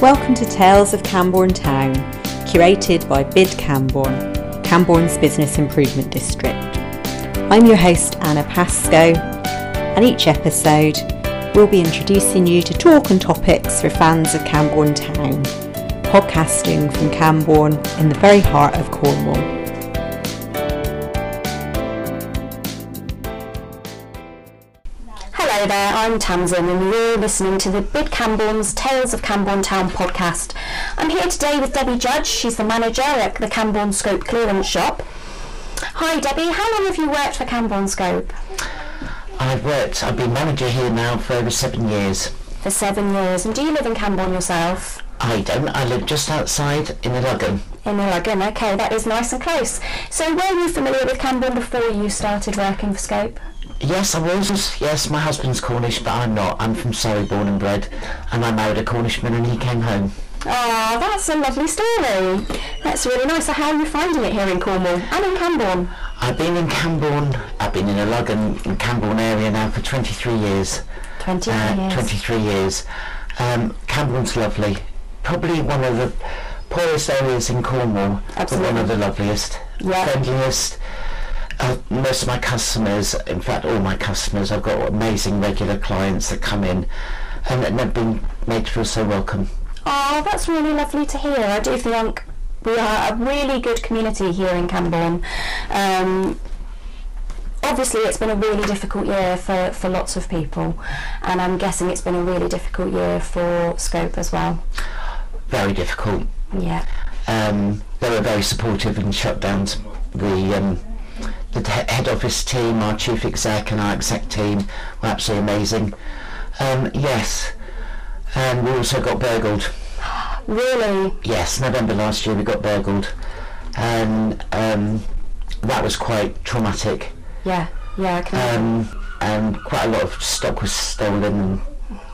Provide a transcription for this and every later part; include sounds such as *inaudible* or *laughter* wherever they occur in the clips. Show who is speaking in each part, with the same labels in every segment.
Speaker 1: Welcome to Tales of Camborne Town, curated by BID Camborne, Camborne's Business Improvement District. I'm your host, Anna Pascoe, and each episode we'll be introducing you to talk and topics for fans of Camborne Town, podcasting from Camborne in the very heart of Cornwall.
Speaker 2: Hello there, I'm Tamsin and you're listening to the Bid Camborne's Tales of Camborne Town podcast. I'm here today with Debbie Judge, she's the manager at the Camborne Scope Clearance Shop. Hi Debbie, how long have you worked for Camborne Scope?
Speaker 3: I've worked, I've been manager here now for over seven years.
Speaker 2: For seven years, and do you live in Camborne yourself?
Speaker 3: I don't, I live just outside in the Luggan.
Speaker 2: In Ilagan, okay, that is nice and close. So were you familiar with Camborne before you started working for Scope?
Speaker 3: Yes, I'm also, yes, my husband's Cornish, but I'm not. I'm from Surrey, born and bred, and I married a Cornishman and he came home.
Speaker 2: Oh, that's a lovely story. That's really nice. So how are you finding it here in Cornwall and in Camborne?
Speaker 3: I've been in Camborne, I've been in the Luggan and Camborne area now for 23 years.
Speaker 2: 23 years.
Speaker 3: 23 years. Um, Camborne's lovely. Probably one of the poorest areas in Cornwall, but one
Speaker 2: Absolutely.
Speaker 3: of the loveliest,
Speaker 2: Yeah.
Speaker 3: friendliest. Uh, most of my customers, in fact, all my customers, I've got amazing regular clients that come in and that have been made to feel so welcome.
Speaker 2: Oh, that's really lovely to hear. I do think we are a really good community here in Camborne. Um, obviously, it's been a really difficult year for, for lots of people, and I'm guessing it's been a really difficult year for Scope as well.
Speaker 3: Very difficult.
Speaker 2: Yeah.
Speaker 3: Um, they were very supportive in shutdowns. The um, the he- head office team, our chief exec, and our exec team were absolutely amazing. Um, yes, and we also got burgled.
Speaker 2: Really?
Speaker 3: Yes, November last year we got burgled, and um, that was quite traumatic.
Speaker 2: Yeah. Yeah, I can
Speaker 3: Um, and quite a lot of stock was stolen. And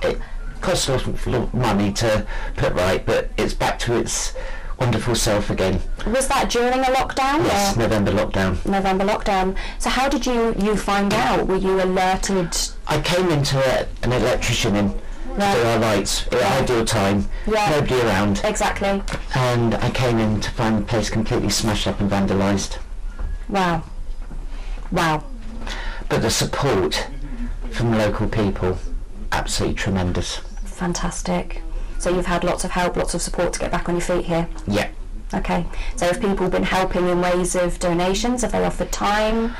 Speaker 3: it cost a lot of lot of money to put right, but it's back to its wonderful self again.
Speaker 2: Was that during a lockdown?
Speaker 3: Yes,
Speaker 2: or
Speaker 3: November lockdown.
Speaker 2: November lockdown. So how did you, you find out? Were you alerted?
Speaker 3: I came into a, an electrician in to do
Speaker 2: Right.
Speaker 3: our lights at ideal time,
Speaker 2: Yeah.
Speaker 3: nobody around,
Speaker 2: Exactly.
Speaker 3: and I came in to find the place completely smashed up and vandalised.
Speaker 2: Wow. Wow.
Speaker 3: But the support from local people, absolutely tremendous.
Speaker 2: Fantastic. So you've had lots of help, lots of support to get back on your feet here.
Speaker 3: Yeah.
Speaker 2: Okay. So have people been helping in ways of donations? Have they offered time?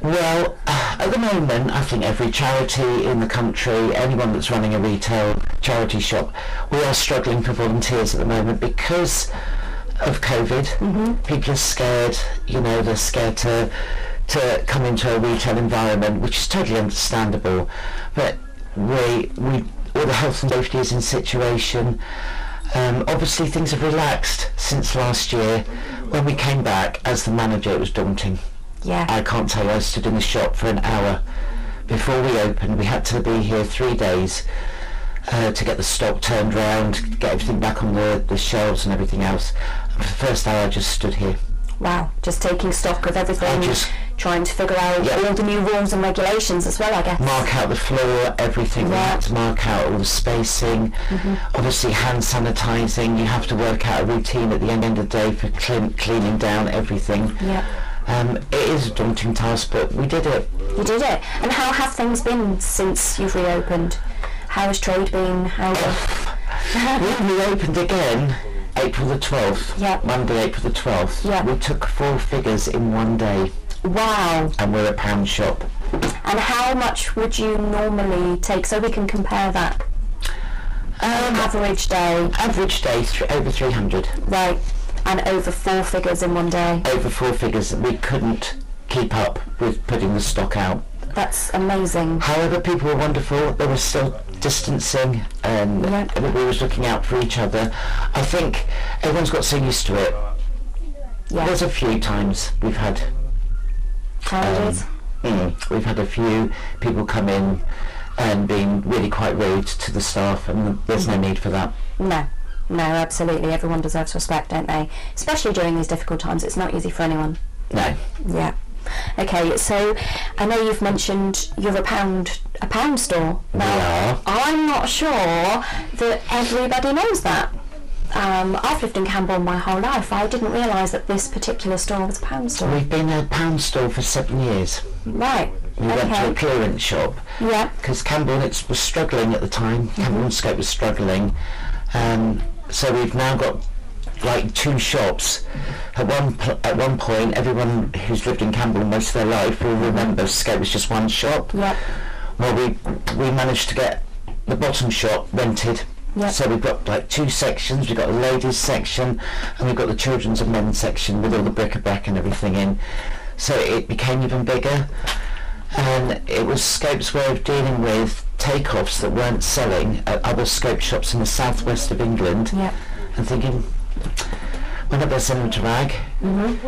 Speaker 3: Well, *sighs* at the moment, I think every charity in the country, anyone that's running a retail charity shop, we are struggling for volunteers at the moment because of COVID. People are scared, you know, they're scared to to come into a retail environment, which is totally understandable. But we we all the health and safety is in situation. Um, obviously, things have relaxed since last year. When we came back as the manager, it was daunting.
Speaker 2: Yeah.
Speaker 3: I can't tell you, I stood in the shop for an hour before we opened. We had to be here three days uh, to get the stock turned round, get everything back on the, the shelves and everything else. And for the first hour, I just stood here.
Speaker 2: Wow. Just taking stock of
Speaker 3: I
Speaker 2: everything,
Speaker 3: just-
Speaker 2: trying to figure out
Speaker 3: Yeah.
Speaker 2: all the new rules and regulations as well, I guess.
Speaker 3: Mark out the floor, everything. We had to mark out all the spacing. Obviously, hand sanitising. You have to work out a routine at the end of the day for clean, cleaning down everything.
Speaker 2: Yeah.
Speaker 3: Um, it is a daunting task, but we did it.
Speaker 2: You did it. And how have things been since you've reopened? How has trade been? How
Speaker 3: When we opened again, April the 12th,
Speaker 2: Yeah.
Speaker 3: Monday, April the 12th,
Speaker 2: Yeah.
Speaker 3: we took four figures in one day
Speaker 2: Wow.
Speaker 3: and we're a pound shop.
Speaker 2: And how much would you normally take so we can compare that?
Speaker 3: Um,
Speaker 2: average day,
Speaker 3: Average day, th- over 300.
Speaker 2: right, and over four figures in one day.
Speaker 3: Over four figures that we couldn't keep up with putting the stock out.
Speaker 2: That's amazing.
Speaker 3: However, people were wonderful. They were still distancing and
Speaker 2: Yeah.
Speaker 3: everybody was looking out for each other. I think everyone's got so used to it.
Speaker 2: Yeah,
Speaker 3: There's a few times we've had
Speaker 2: challenges.
Speaker 3: Mm. We've had a few people come in and being really quite rude to the staff, and there's no need for that.
Speaker 2: No, no, absolutely. Everyone deserves respect, don't they? Especially during these difficult times. It's not easy for anyone.
Speaker 3: No.
Speaker 2: Yeah. Okay, so I know you've mentioned you're a pound, a pound store. Now,
Speaker 3: Yeah.
Speaker 2: I'm not sure that everybody knows that. Um, I've lived in Campbell my whole life. I didn't realise that this particular store was a pound store.
Speaker 3: We've been a pound store for seven years.
Speaker 2: Right.
Speaker 3: We went to a
Speaker 2: Okay.
Speaker 3: clearance shop
Speaker 2: Yeah. Mm-hmm.
Speaker 3: because Campbell Nix was struggling at the time. Campbell and Scope was struggling, um, so we've now got like two shops. At one pl- at one point, everyone who's lived in Campbell most of their life will remember Scope was just one shop.
Speaker 2: Yeah.
Speaker 3: Well, we we managed to get the bottom shop rented.
Speaker 2: Yep.
Speaker 3: So we've got like two sections. We've got the ladies section, and we've got the children's and men's section with all the bric-a-brac and everything in. So it became even bigger, and it was Scope's way of dealing with takeoffs that weren't selling at other Scope shops in the southwest of England,
Speaker 2: Yeah.
Speaker 3: and thinking, we're not going to send them to rag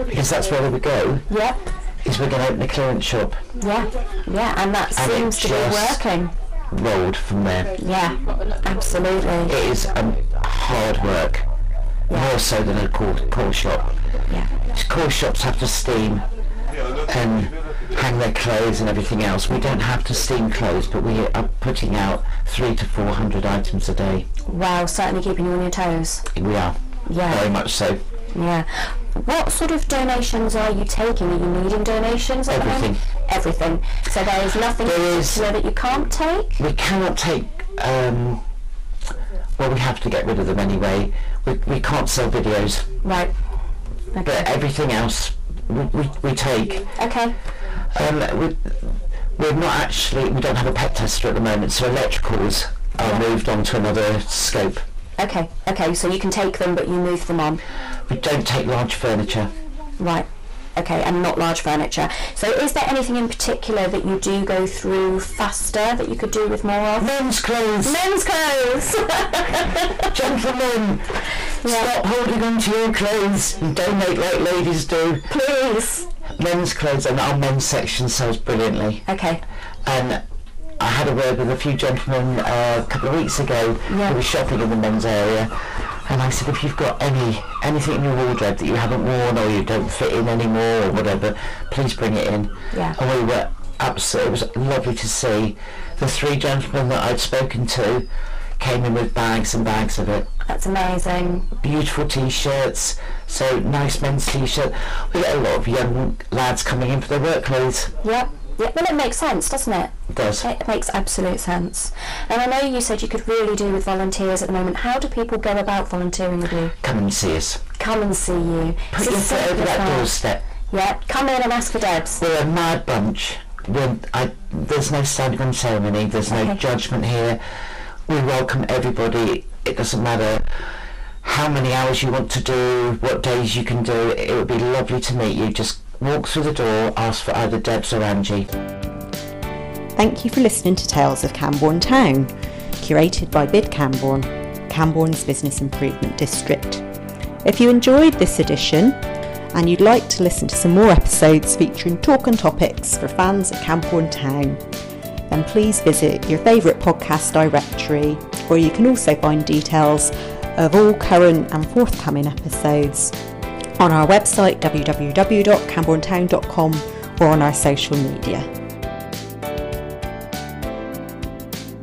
Speaker 3: because that's where we go.
Speaker 2: Yeah.
Speaker 3: Is we're going to open a clearance shop.
Speaker 2: Yeah. Yeah. And that
Speaker 3: And it
Speaker 2: seems to be
Speaker 3: just-
Speaker 2: working.
Speaker 3: Rolled from there.
Speaker 2: Yeah. Absolutely.
Speaker 3: it is um, hard work, more so than a core, core shop.
Speaker 2: Yeah.
Speaker 3: Core shops have to steam and hang their clothes and everything else. We don't have to steam clothes, but we are putting out three to four hundred items a day.
Speaker 2: Wow. Certainly keeping you on your toes.
Speaker 3: We are
Speaker 2: Yeah.
Speaker 3: very much so.
Speaker 2: Yeah. What sort of donations are you taking? Are you needing donations? At The moment? Everything. So there is nothing
Speaker 3: There is-
Speaker 2: particular that you can't take.
Speaker 3: We cannot take. Um, well, we have to get rid of them anyway. We, we can't sell videos,
Speaker 2: Right.
Speaker 3: but
Speaker 2: Okay.
Speaker 3: everything else we, we, we take.
Speaker 2: Okay.
Speaker 3: Um, we, we're not actually, we don't have a pet tester at the moment, so electricals are moved on to another scope.
Speaker 2: Okay. Okay. So you can take them, but you move them on.
Speaker 3: We don't take large furniture.
Speaker 2: Right. Okay. And not large furniture. So is there anything in particular that you do go through faster that you could do with more of?
Speaker 3: Men's clothes,
Speaker 2: Men's clothes. *laughs*
Speaker 3: gentlemen, stop holding on to your clothes and donate like ladies do.
Speaker 2: Please.
Speaker 3: Men's clothes and our men's section sells brilliantly.
Speaker 2: Okay.
Speaker 3: And I had a word with a few gentlemen uh, a couple of weeks ago
Speaker 2: Yeah.
Speaker 3: who were shopping in the men's area. And I said, if you've got any anything in your wardrobe that you haven't worn or you don't fit in anymore or whatever, please bring it in.
Speaker 2: Yeah.
Speaker 3: And we were absolutely, it was lovely to see. The three gentlemen that I'd spoken to came in with bags and bags of it.
Speaker 2: That's amazing.
Speaker 3: Beautiful t-shirts, so nice men's t-shirt. We get a lot of young lads coming in for their work clothes.
Speaker 2: Yep. Yep. Well, it makes sense, doesn't it?
Speaker 3: It does.
Speaker 2: It makes absolute sense. And I know you said you could really do with volunteers at the moment. How do people go about volunteering with you?
Speaker 3: Come and see us.
Speaker 2: Come and see you.
Speaker 3: Put your foot over that doorstep.
Speaker 2: Yeah, come in and ask for Debs.
Speaker 3: We're a mad bunch. We're, I, there's no standing on ceremony. There's no
Speaker 2: Okay.
Speaker 3: judgment here. We welcome everybody. It doesn't matter how many hours you want to do, what days you can do. It would be lovely to meet you. Just walk through the door, ask for either Debs or Angie.
Speaker 1: Thank you for listening to Tales of Camborne Town, curated by Bid Camborne, Camborne's Business Improvement District. If you enjoyed this edition and you'd like to listen to some more episodes featuring talk and topics for fans of Camborne Town, then please visit your favourite podcast directory where you can also find details of all current and forthcoming episodes on our website www.cambornetown.com or on our social media.